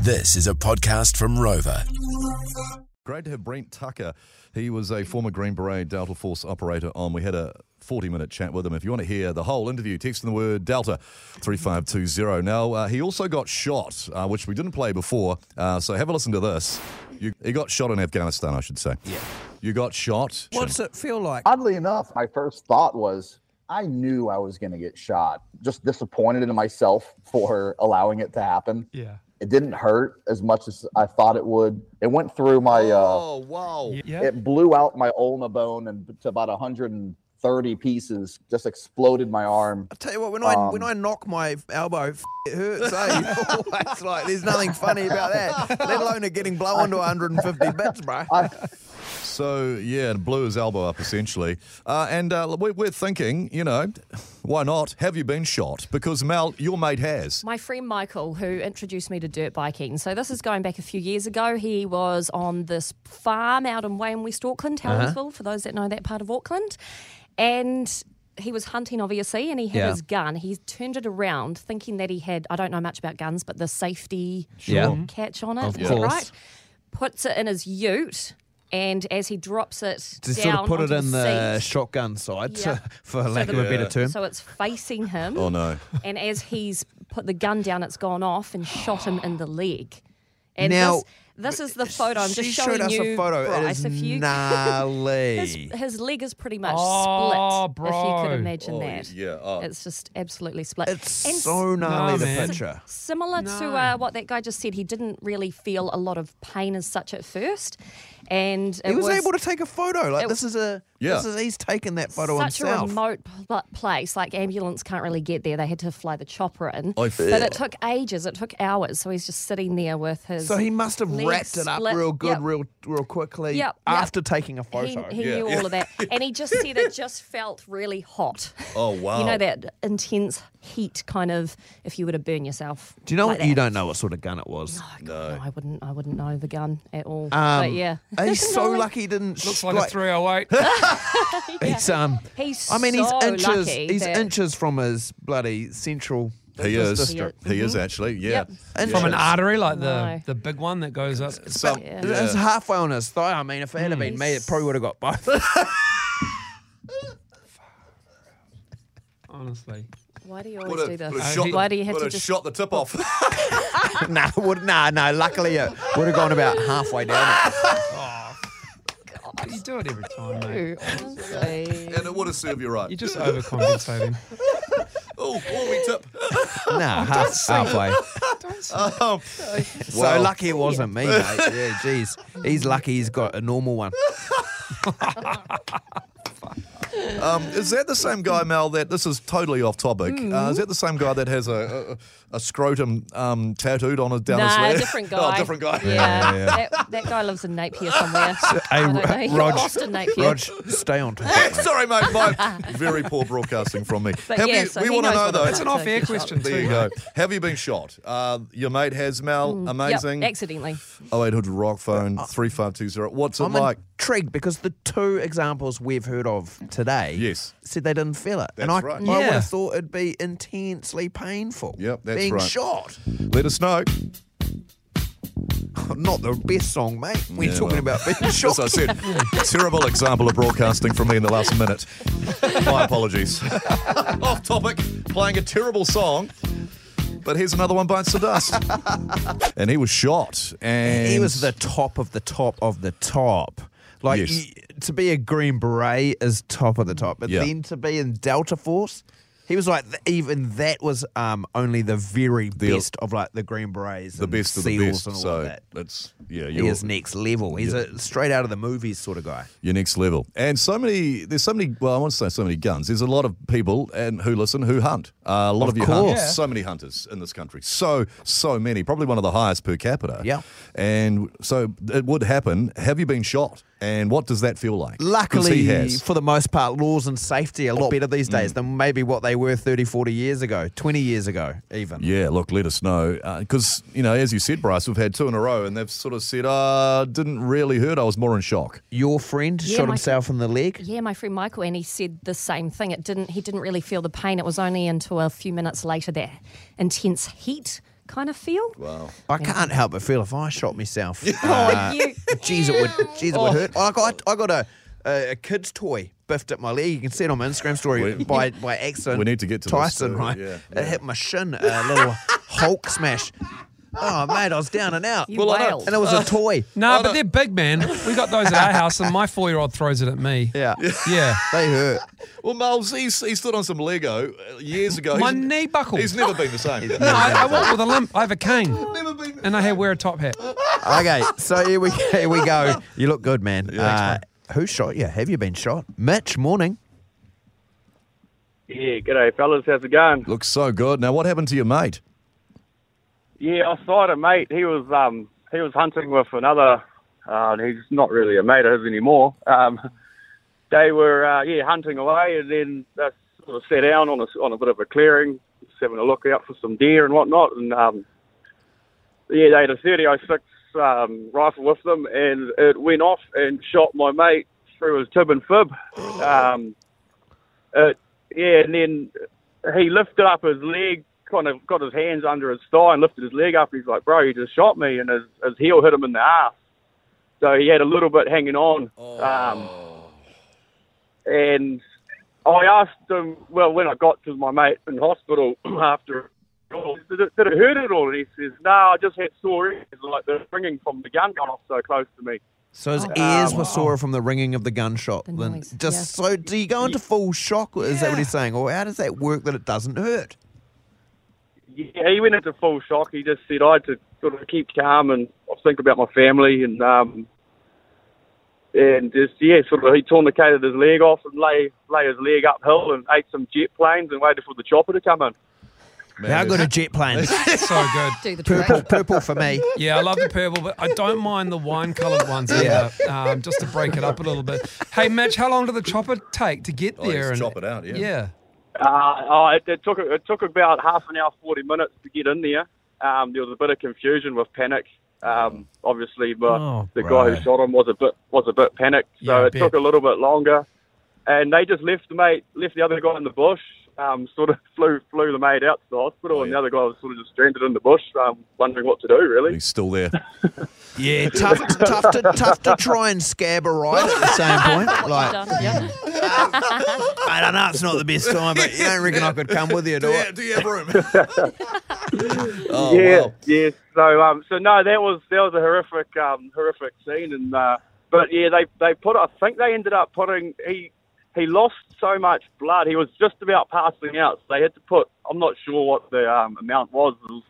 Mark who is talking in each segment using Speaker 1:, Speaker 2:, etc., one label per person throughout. Speaker 1: This is a podcast from Rover.
Speaker 2: Great to have Brent Tucker. He was a former Green Beret Delta Force operator on. We had a 40 minute chat with him. If you want to hear the whole interview, text in the word Delta 3520. Now, uh, he also got shot, uh, which we didn't play before. Uh, so have a listen to this. You, he got shot in Afghanistan, I should say. Yeah. You got shot.
Speaker 3: What's it feel like?
Speaker 4: oddly enough, my first thought was I knew I was going to get shot. Just disappointed in myself for allowing it to happen.
Speaker 3: Yeah.
Speaker 4: It didn't hurt as much as I thought it would. It went through my uh
Speaker 2: Oh, wow.
Speaker 3: Yeah.
Speaker 4: it blew out my ulna bone and to about 130 pieces, just exploded my arm.
Speaker 3: I tell you what, when I when
Speaker 4: Um,
Speaker 3: I knock my elbow, f- it hurts. Eh? Always like there's nothing funny about that. Let alone it getting blown to 150 bits, bro.
Speaker 4: I,
Speaker 2: So, yeah, it blew his elbow up essentially. Uh, and uh, we, we're thinking, you know, why not? Have you been shot? Because, Mal, your mate has.
Speaker 5: My friend Michael, who introduced me to dirt biking. So this is going back a few years ago. He was on this farm out in Way in West Auckland,
Speaker 6: Uh-huh.
Speaker 5: Townsville, for those that know that part of Auckland. And he was hunting, obviously, and he had
Speaker 6: Yeah.
Speaker 5: his gun. He turned it around, thinking that he had, I don't know much about guns, but the safety
Speaker 6: Yeah.
Speaker 5: little catch on it.
Speaker 6: Of
Speaker 5: is it
Speaker 6: course.
Speaker 5: right? Puts it in his ute, and as he drops it
Speaker 6: to
Speaker 5: down
Speaker 6: sort of put it
Speaker 5: onto
Speaker 6: in the
Speaker 5: seat,
Speaker 6: shotgun side,
Speaker 5: Yeah.
Speaker 6: for lack
Speaker 5: the-
Speaker 6: of a better term.
Speaker 5: so it's facing him.
Speaker 2: Oh, no.
Speaker 5: and as he's put the gun down, it's gone off and shot him in the leg. And
Speaker 6: Now-
Speaker 5: this, this is the photo. I'm
Speaker 6: she
Speaker 5: just
Speaker 6: showed
Speaker 5: showing
Speaker 6: us
Speaker 5: you,
Speaker 6: a photo.
Speaker 5: Bryce,
Speaker 6: it
Speaker 5: if
Speaker 6: is
Speaker 5: you, his,
Speaker 6: gnarly.
Speaker 5: his leg is pretty much
Speaker 7: Oh,
Speaker 5: split. If you
Speaker 7: bro.
Speaker 5: could imagine
Speaker 2: Oh,
Speaker 5: that,
Speaker 2: yeah, oh.
Speaker 5: it's just absolutely split.
Speaker 6: it's
Speaker 5: And
Speaker 6: so gnarly,
Speaker 7: Nah,
Speaker 6: the
Speaker 7: Oh, man.
Speaker 6: picture.
Speaker 5: similar to uh, what that guy just said. He didn't really feel a lot of pain as such at first, and it
Speaker 6: He was, able to take a photo. Like
Speaker 5: it-
Speaker 6: this is a
Speaker 2: Yeah.
Speaker 6: this is he's taken that photo
Speaker 5: such a
Speaker 6: himself.
Speaker 5: remote pl- place. Like ambulance can't really get there. They had to fly the chopper in.
Speaker 2: I
Speaker 5: But
Speaker 2: feel-
Speaker 5: it took ages. It took hours. So he's just sitting there with his.
Speaker 6: so he must have
Speaker 5: legs
Speaker 6: wrapped it up
Speaker 5: split.
Speaker 6: real good,
Speaker 5: Yep.
Speaker 6: real real quickly
Speaker 5: Yep, yep.
Speaker 6: after taking a photo.
Speaker 5: He, he
Speaker 2: Yeah.
Speaker 5: knew all of that, and he just said it just felt really hot.
Speaker 2: Oh,
Speaker 5: You
Speaker 2: wow.
Speaker 5: know that intense heat, kind of if you were to burn yourself.
Speaker 6: Do you know
Speaker 5: like
Speaker 6: what? You
Speaker 5: that.
Speaker 6: don't know what sort of gun it was.
Speaker 5: No, I wouldn't. I wouldn't know the gun at all.
Speaker 6: Um,
Speaker 5: but yeah,
Speaker 6: He's so lucky he didn't.
Speaker 7: Looks
Speaker 6: sh-
Speaker 7: like a 308.
Speaker 6: He's um.
Speaker 5: He's
Speaker 6: I mean, he's
Speaker 5: so
Speaker 6: inches.
Speaker 5: lucky
Speaker 6: He's
Speaker 5: that-
Speaker 6: inches from his bloody central.
Speaker 2: He
Speaker 6: business
Speaker 2: is.
Speaker 6: district.
Speaker 5: He is.
Speaker 2: He is actually. Yeah.
Speaker 5: Mm-hmm. Yep.
Speaker 6: And
Speaker 2: Yeah.
Speaker 7: From an artery, like the,
Speaker 5: No.
Speaker 7: the big one that goes up.
Speaker 2: Some-
Speaker 5: Yeah.
Speaker 6: It was halfway on his thigh. I mean, if it had been me, it probably would have got both.
Speaker 7: Honestly.
Speaker 5: Why do you
Speaker 2: Would have-
Speaker 5: always do
Speaker 2: would have
Speaker 5: this?
Speaker 2: shot the-
Speaker 5: Why do you have
Speaker 2: would
Speaker 5: to
Speaker 2: have
Speaker 5: just?
Speaker 2: shot the tip off?
Speaker 6: nah, would, nah, no. Luckily, it would have gone about halfway down. it.
Speaker 7: You do it every time, mate.
Speaker 5: do, honestly?
Speaker 2: and it would have served you right.
Speaker 7: You're just overcompensating.
Speaker 2: oh, oh, we tip.
Speaker 6: Nah, half, halfway.
Speaker 2: Um,
Speaker 6: So
Speaker 2: Well-
Speaker 6: lucky it wasn't me, mate. Yeah, jeez. He's lucky he's got a normal one.
Speaker 2: um, is that the same guy, Mel? That this is totally off topic.
Speaker 5: Mm-hmm.
Speaker 2: Uh, is that the same guy that has a a, a scrotum um, tattooed on his down his
Speaker 5: Nah,
Speaker 2: leg?
Speaker 5: different
Speaker 2: oh,
Speaker 5: guy.
Speaker 2: different guy.
Speaker 5: Yeah, That, that guy lives in Napier somewhere. I
Speaker 6: Hey,
Speaker 5: don't know.
Speaker 6: Ro-
Speaker 5: He
Speaker 6: Rog,
Speaker 5: lost in Napier.
Speaker 6: Rog, stay on topic. mate.
Speaker 2: Sorry, mate. My very poor broadcasting from me.
Speaker 5: But
Speaker 2: Have
Speaker 5: yeah,
Speaker 2: you-
Speaker 5: so
Speaker 2: we
Speaker 5: he
Speaker 2: want to
Speaker 5: knows
Speaker 2: know
Speaker 5: what it
Speaker 2: though.
Speaker 5: was
Speaker 7: It's an
Speaker 5: like
Speaker 7: off
Speaker 5: to
Speaker 7: air
Speaker 5: get shot.
Speaker 7: question,
Speaker 2: There you
Speaker 7: too.
Speaker 2: go. Have you been shot? Uh, your mate has Mel. Amazing.
Speaker 5: Mm. Yep, accidentally.
Speaker 2: 0800 rock phone three five two zero. What's it
Speaker 6: I'm
Speaker 2: like?
Speaker 6: intrigued because the two examples we've heard of today
Speaker 2: Yes.
Speaker 6: said they didn't feel it. and I,
Speaker 2: That's right.
Speaker 6: I would
Speaker 7: Yeah.
Speaker 6: have thought it'd be intensely painful.
Speaker 2: Yep, that's
Speaker 6: being
Speaker 2: right.
Speaker 6: shot.
Speaker 2: Let us know.
Speaker 6: Not the best song, mate. We're
Speaker 2: Yeah,
Speaker 6: talking
Speaker 2: well.
Speaker 6: about being
Speaker 2: As
Speaker 6: shot.
Speaker 2: I said, terrible example of broadcasting from me in the last minute. My apologies. Off topic, playing a terrible song. But here's another one bites the dust. and he was shot. And
Speaker 6: he was the top of the top of the top. Like
Speaker 2: Yes.
Speaker 6: y- to be a Green Beret is top of the top, but
Speaker 2: Yeah.
Speaker 6: then to be in Delta Force, he was like th- even that was um, only the very best of like the Green Berets,
Speaker 2: the
Speaker 6: and
Speaker 2: best of
Speaker 6: seals
Speaker 2: the best.
Speaker 6: and all
Speaker 2: so
Speaker 6: of that.
Speaker 2: that's yeah,
Speaker 6: He
Speaker 2: you're,
Speaker 6: is next level. He's a straight out of the movies sort of guy.
Speaker 2: you're next level. And so many, there's so many. Well, I want to say so many guns. There's a lot of people and who listen who hunt. Uh, a lot of, you hunt.
Speaker 6: course. Yeah.
Speaker 2: So many hunters in this country. So so many. Probably one of the highest per capita.
Speaker 6: Yeah.
Speaker 2: And so it would happen. Have you been shot? And what does that feel like? 'Cause
Speaker 6: Luckily,
Speaker 2: he has.
Speaker 6: for the most part, laws and safety are a lot better these days than maybe what they were 30, 40 years ago, 20 years ago, even.
Speaker 2: Yeah, look, let us know. Because, you know, as you said, Bryce, we've had two in a row and they've sort of said, uh, didn't really hurt. I was more in shock.
Speaker 6: Your friend
Speaker 5: Yeah,
Speaker 6: shot
Speaker 5: my-
Speaker 6: himself in the leg.
Speaker 5: Yeah, my friend Michael, and he said the same thing. It didn't. He didn't really feel the pain. It was only until a few minutes later that intense heat kind of feel.
Speaker 2: Wow.
Speaker 6: I can't help but feel if I shot myself.
Speaker 5: Oh,
Speaker 6: uh,
Speaker 5: you-
Speaker 6: Jeez, it would, jeez, it would hurt. I got, I got a, a, a kid's toy biffed at my leg. You can see it on my Instagram story
Speaker 2: We-
Speaker 6: by, by accident.
Speaker 2: We need to get to this
Speaker 6: Tyson,
Speaker 2: story,
Speaker 6: right?
Speaker 2: yeah,
Speaker 6: It hit my shin, a little Hulk smash. Oh, mate, I was down and out.
Speaker 5: You Well, I know. wailed.
Speaker 6: And it was a toy.
Speaker 7: No, but they're big, man. We got those at our house, and my four-year-old throws it at me.
Speaker 6: Yeah.
Speaker 7: Yeah.
Speaker 6: They hurt.
Speaker 2: Well, Miles, he, he stood on some Lego uh, years ago.
Speaker 7: My
Speaker 2: He's-
Speaker 7: knee buckled.
Speaker 2: He's never been the same.
Speaker 7: No, I, I walk with a limp. I have a cane, and I ha- wear a top hat.
Speaker 6: Okay, so here we here we go. You look good, man. Uh, who shot you? Have you been shot? Mitch, morning.
Speaker 8: Yeah, g'day fellas, how's it going?
Speaker 2: Looks so good. Now, what happened to your mate?
Speaker 8: Yeah, I saw a mate. He was um he was hunting with another. Uh, he's not really a mate of his anymore. Um, they were uh, yeah hunting away, and then they sort of sat down on a on a bit of a clearing, just having a look out for some deer and whatnot. And um, yeah, they had a thirty oh six um, rifle with them, and it went off and shot my mate through his tib and fib. Um, it, yeah, and then he lifted up his leg, kind of got his hands under his thigh and lifted his leg up. He's like, bro, he just shot me, and his, his heel hit him in the ass. So he had a little bit hanging on. Um, and I asked him, well, when I got to my mate in hospital after, did it, did it hurt at all? And he says, no, I just had sore ears, like the ringing from the gun gone off so close to me.
Speaker 6: So his ears were sore from the ringing of oh. the gunshot.
Speaker 5: The
Speaker 6: Then
Speaker 5: noise,
Speaker 6: just
Speaker 5: yeah.
Speaker 6: so do you go into full shock? Is that what he's saying? Or how does that work that it doesn't hurt?
Speaker 8: yeah, he went into full shock. He just said I had to sort of keep calm and I think about my family and um and just yeah, sort of he tourniqueted his leg off and lay lay his leg uphill and ate some jet planes and waited for the chopper to come in.
Speaker 2: Man,
Speaker 6: How
Speaker 2: there's-
Speaker 6: good are jet planes?
Speaker 7: So good.
Speaker 5: Do the trick.
Speaker 6: purple, purple for me.
Speaker 7: Yeah, I love the purple, but I don't mind the wine-coloured ones either, um, just to break it up a little bit. Hey, Mitch, how long did the chopper take to get
Speaker 2: Oh,
Speaker 7: there?
Speaker 2: just chop it out, yeah.
Speaker 7: Yeah.
Speaker 8: Uh, oh, it, it took it took about half an hour, forty minutes to get in there. Um, there was a bit of confusion with panic. Um, obviously, but
Speaker 7: Oh,
Speaker 8: the guy who
Speaker 6: right.
Speaker 8: shot him was a bit was a bit panicked, so
Speaker 7: Yeah, I
Speaker 8: it took
Speaker 7: bet.
Speaker 8: a little bit longer. And they just left the mate, left the other guy in the bush. Um, sort of flew flew the mate out to the
Speaker 7: Oh,
Speaker 8: hospital, and the other guy was sort of just stranded in the bush, um, wondering what to do. Really,
Speaker 2: He's still there.
Speaker 6: Yeah, tough, tough to tough to try and scab a ride at the same point.
Speaker 5: Well
Speaker 6: Like,
Speaker 5: done, yeah.
Speaker 6: I don't know, it's not the best time, but you don't reckon I could come with you, do I?
Speaker 2: do you have room? oh,
Speaker 8: yeah,
Speaker 2: wow.
Speaker 8: yeah. So, um, so no, that was that was a horrific, um, horrific scene, and uh, but yeah, they they put. I think they ended up putting he he lost so much blood. He was just about passing out. So they had to put. I'm not sure what the um, amount was. It was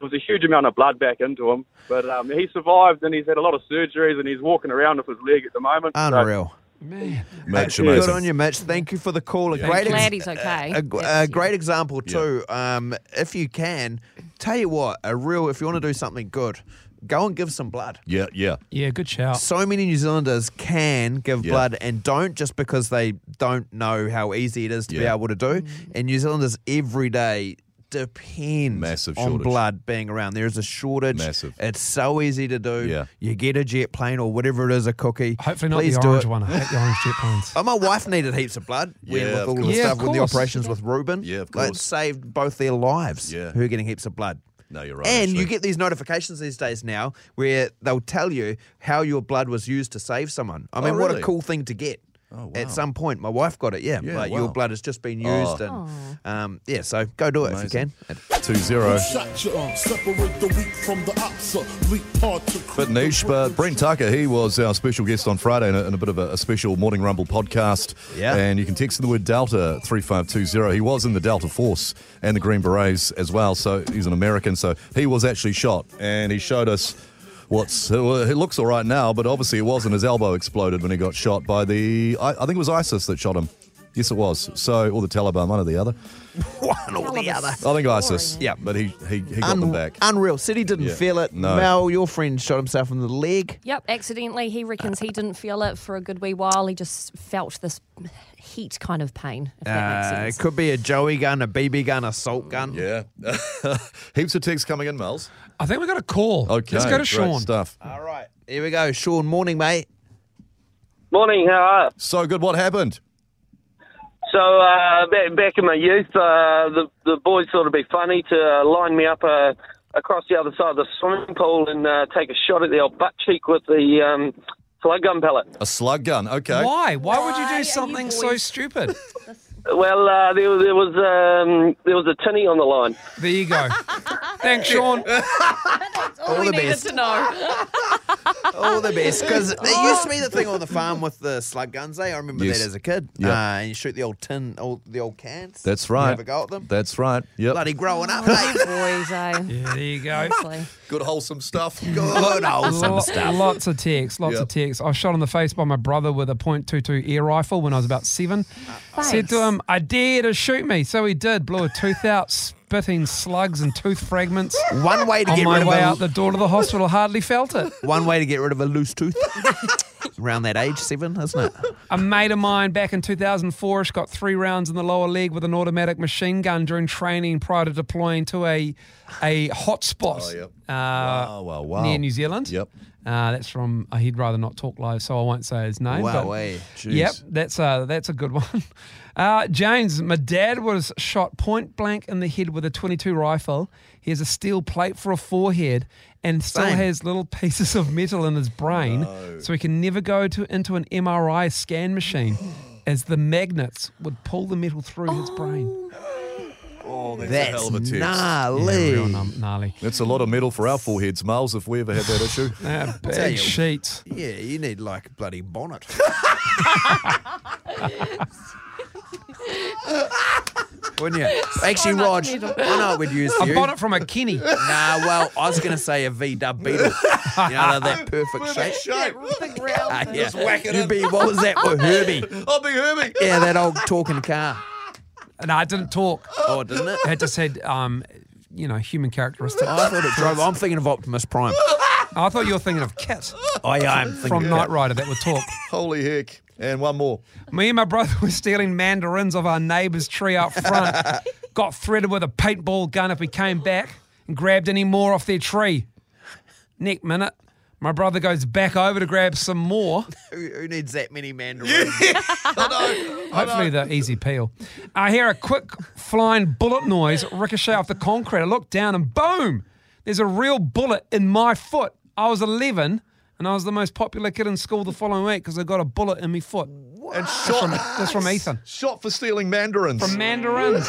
Speaker 8: it was a huge amount of blood back into him, but um, he survived, and he's had a lot of surgeries, and he's walking around with his leg at the moment. So-
Speaker 6: Unreal.
Speaker 7: Man.
Speaker 2: Mitch,
Speaker 6: Good
Speaker 2: amazing.
Speaker 6: on you, Mitch. Thank you for the call. A great, ex-
Speaker 5: Glad he's okay.
Speaker 6: a, g- a
Speaker 5: That's-
Speaker 6: great example too. Um, if you can, tell you what, a real. If you want to do something good, go and give some blood.
Speaker 2: Yeah, yeah.
Speaker 7: Yeah, good shout.
Speaker 6: So many New Zealanders can give
Speaker 2: Yeah.
Speaker 6: blood and don't just because they don't know how easy it is to be
Speaker 2: Yeah.
Speaker 6: able to
Speaker 7: Mm.
Speaker 6: do. And New Zealanders every day depend
Speaker 2: Massive
Speaker 6: on
Speaker 2: shortage.
Speaker 6: blood being around. There is a shortage.
Speaker 2: Massive.
Speaker 6: It's so easy to do.
Speaker 2: Yeah.
Speaker 6: You get a jet plane or whatever it is, a cookie.
Speaker 7: Hopefully not
Speaker 6: Please
Speaker 7: the
Speaker 6: do
Speaker 7: orange
Speaker 6: it.
Speaker 7: one. I hate the orange jet planes.
Speaker 6: Oh, my wife needed heaps of blood when
Speaker 2: Yeah,
Speaker 6: with
Speaker 2: of
Speaker 6: all of the
Speaker 2: course.
Speaker 7: Yeah,
Speaker 6: stuff
Speaker 7: of
Speaker 6: with the
Speaker 7: course.
Speaker 6: operations with Ruben.
Speaker 2: Yeah, of
Speaker 6: It
Speaker 2: course.
Speaker 6: saved both their lives.
Speaker 2: Yeah.
Speaker 6: Who are getting heaps of blood.
Speaker 2: No, you're right,
Speaker 6: And you
Speaker 2: actually.
Speaker 6: get these notifications these days now where they'll tell you how your blood was used to save someone. I mean, what a
Speaker 2: Oh, really?
Speaker 6: cool thing to get.
Speaker 2: Oh, wow.
Speaker 6: At some point, my wife got it. Yeah,
Speaker 2: Yeah,
Speaker 6: like
Speaker 2: wow. Oh.
Speaker 6: your blood has just been used, and um, yeah, so go do it if you
Speaker 2: Amazing.
Speaker 6: can.
Speaker 2: 2 0.
Speaker 1: Shut you up. Separate the weak from the upset. Leap hard to
Speaker 2: Bit niche, but Brent Tucker, he was our special guest on Friday in a, in a bit of a, a special Morning Rumble podcast.
Speaker 6: Yeah.
Speaker 2: And you can text the word Delta 3520. He was in the Delta Force and the Green Berets as well, so he's an American. So he was actually shot, and he showed us what's. well, He looks all right now, but obviously it wasn't. His elbow exploded when he got shot by the. I, I think it was ISIS that shot him. Yes, it was. So, or the Taliban, one or the other.
Speaker 6: One or the other.
Speaker 2: I think ISIS.
Speaker 6: Yeah.
Speaker 2: But he, he, he got them
Speaker 6: Un-
Speaker 2: back.
Speaker 6: Unreal. Said he didn't
Speaker 2: Yeah.
Speaker 6: feel it.
Speaker 2: No.
Speaker 6: Mel, your friend shot himself in the leg.
Speaker 5: Yep, accidentally. He reckons he didn't feel it for a good wee while. He just felt this heat kind of pain, if that
Speaker 6: Uh,
Speaker 5: makes
Speaker 6: it
Speaker 5: sense.
Speaker 6: could be a Joey gun, a BB gun, a salt gun.
Speaker 2: yeah. Heaps of texts coming in, Miles.
Speaker 7: I think we got a call.
Speaker 2: Okay.
Speaker 7: Let's go to
Speaker 2: great
Speaker 7: Sean.
Speaker 2: Stuff.
Speaker 6: All right, here we go. Sean, morning, mate.
Speaker 9: Morning, how are you?
Speaker 2: So good. What happened?
Speaker 9: So, uh, back, back in my youth, uh, the, the boys thought it'd be funny to uh, line me up a, across the other side of the swimming pool and uh, take a shot at the old butt cheek with the um, slug gun pellet.
Speaker 2: A slug gun. Okay.
Speaker 7: Why? Why would
Speaker 5: Why
Speaker 7: you
Speaker 5: are you
Speaker 7: do something so
Speaker 5: boys-
Speaker 7: stupid?
Speaker 9: Well, uh, there, there was um, there was a tinny on the line.
Speaker 7: There you go. Thanks, Sean.
Speaker 5: All, Oh, we
Speaker 6: the
Speaker 5: needed
Speaker 6: best.
Speaker 5: to know.
Speaker 6: All the best because it used to be the thing
Speaker 5: Oh.
Speaker 6: on the farm with the slug guns. Eh? I remember
Speaker 2: Yes.
Speaker 6: that as a kid.
Speaker 2: Yeah.
Speaker 6: Uh, and you shoot the old tin, old the old cans.
Speaker 2: That's
Speaker 6: You
Speaker 2: right.
Speaker 6: have a go at them.
Speaker 2: That's right. Yep.
Speaker 6: Bloody growing up,
Speaker 5: Oh,
Speaker 6: mate.
Speaker 5: boys, eh?
Speaker 7: Yeah, there you go.
Speaker 5: Honestly.
Speaker 2: Good wholesome stuff.
Speaker 6: Good old
Speaker 7: Lo-
Speaker 6: some stuff.
Speaker 7: Lots of texts, lots
Speaker 2: Yep.
Speaker 7: of texts. I was shot in the face by my brother with a .22 air rifle when I was about seven. Said to him, "I dare you to shoot me," so he did. Blew a tooth out, spitting slugs and tooth fragments.
Speaker 6: One way to
Speaker 7: On
Speaker 6: get
Speaker 7: my
Speaker 6: rid
Speaker 7: way out
Speaker 6: of a,
Speaker 7: the door to the hospital, hardly felt it.
Speaker 6: one way to get rid of a loose tooth. Around that age, seven, isn't it?
Speaker 7: A mate of mine back in 2004ish got three rounds in the lower leg with an automatic machine gun during training prior to deploying to a a hotspot
Speaker 2: Oh, yep.
Speaker 7: uh,
Speaker 2: Wow, wow, wow.
Speaker 7: near New Zealand.
Speaker 2: Yep.
Speaker 7: Uh, that's from uh, he'd rather not talk live, so I won't say his name. but-
Speaker 6: Wowee. eh. Jeez.
Speaker 7: Yep, that's uh, that's a good one. Uh, James, my dad was shot point blank in the head with a 22 rifle. He has a steel plate for a forehead and still
Speaker 6: Same.
Speaker 7: has little pieces of metal in his brain, so he can never go to into an MRI scan machine, as the magnets would pull the metal through his brain.
Speaker 6: Oh. That's
Speaker 2: hell of a text.
Speaker 6: gnarly.
Speaker 7: Real gnarly. gnarly.
Speaker 2: That's a lot of metal for our foreheads, Miles, if we ever had that issue.
Speaker 7: Uh,
Speaker 6: tell
Speaker 7: big
Speaker 6: you-
Speaker 7: sheets.
Speaker 6: yeah, you need like a bloody bonnet. Wouldn't you? Actually, Rog, I know it would use
Speaker 7: I
Speaker 6: you.
Speaker 7: bought it from a Kenny.
Speaker 6: Nah, well, I was going to say a V dub beetle. You know, that perfect shape. Ah, yeah. You'd be, what was that? Well, Herbie.
Speaker 2: I'll be Herbie.
Speaker 6: Yeah, that old talking car.
Speaker 7: No, I didn't talk.
Speaker 6: Oh, didn't it?
Speaker 7: It just had, um, you know, human characteristics.
Speaker 6: I thought it drove. I'm thinking of Optimus Prime.
Speaker 7: I thought you were thinking of Kit
Speaker 6: I am thinking
Speaker 7: from
Speaker 6: of
Speaker 7: Knight Rider that would talk.
Speaker 2: Holy heck. And one more.
Speaker 7: Me and my brother were stealing mandarins off our neighbour's tree out front. Got threaded with a paintball gun if we came back and grabbed any more off their tree. Next minute, my brother goes back over to grab some more.
Speaker 6: Who, who needs that many mandarins?
Speaker 7: Hopefully, the easy peel. I hear a quick flying bullet noise ricochet off the concrete. I look down and boom, there's a real bullet in my foot. I was 11 and I was the most popular kid in school the following week because I got a bullet in my foot.
Speaker 2: And shot.
Speaker 7: That's from Ethan.
Speaker 2: Shot for stealing mandarins.
Speaker 7: From mandarins.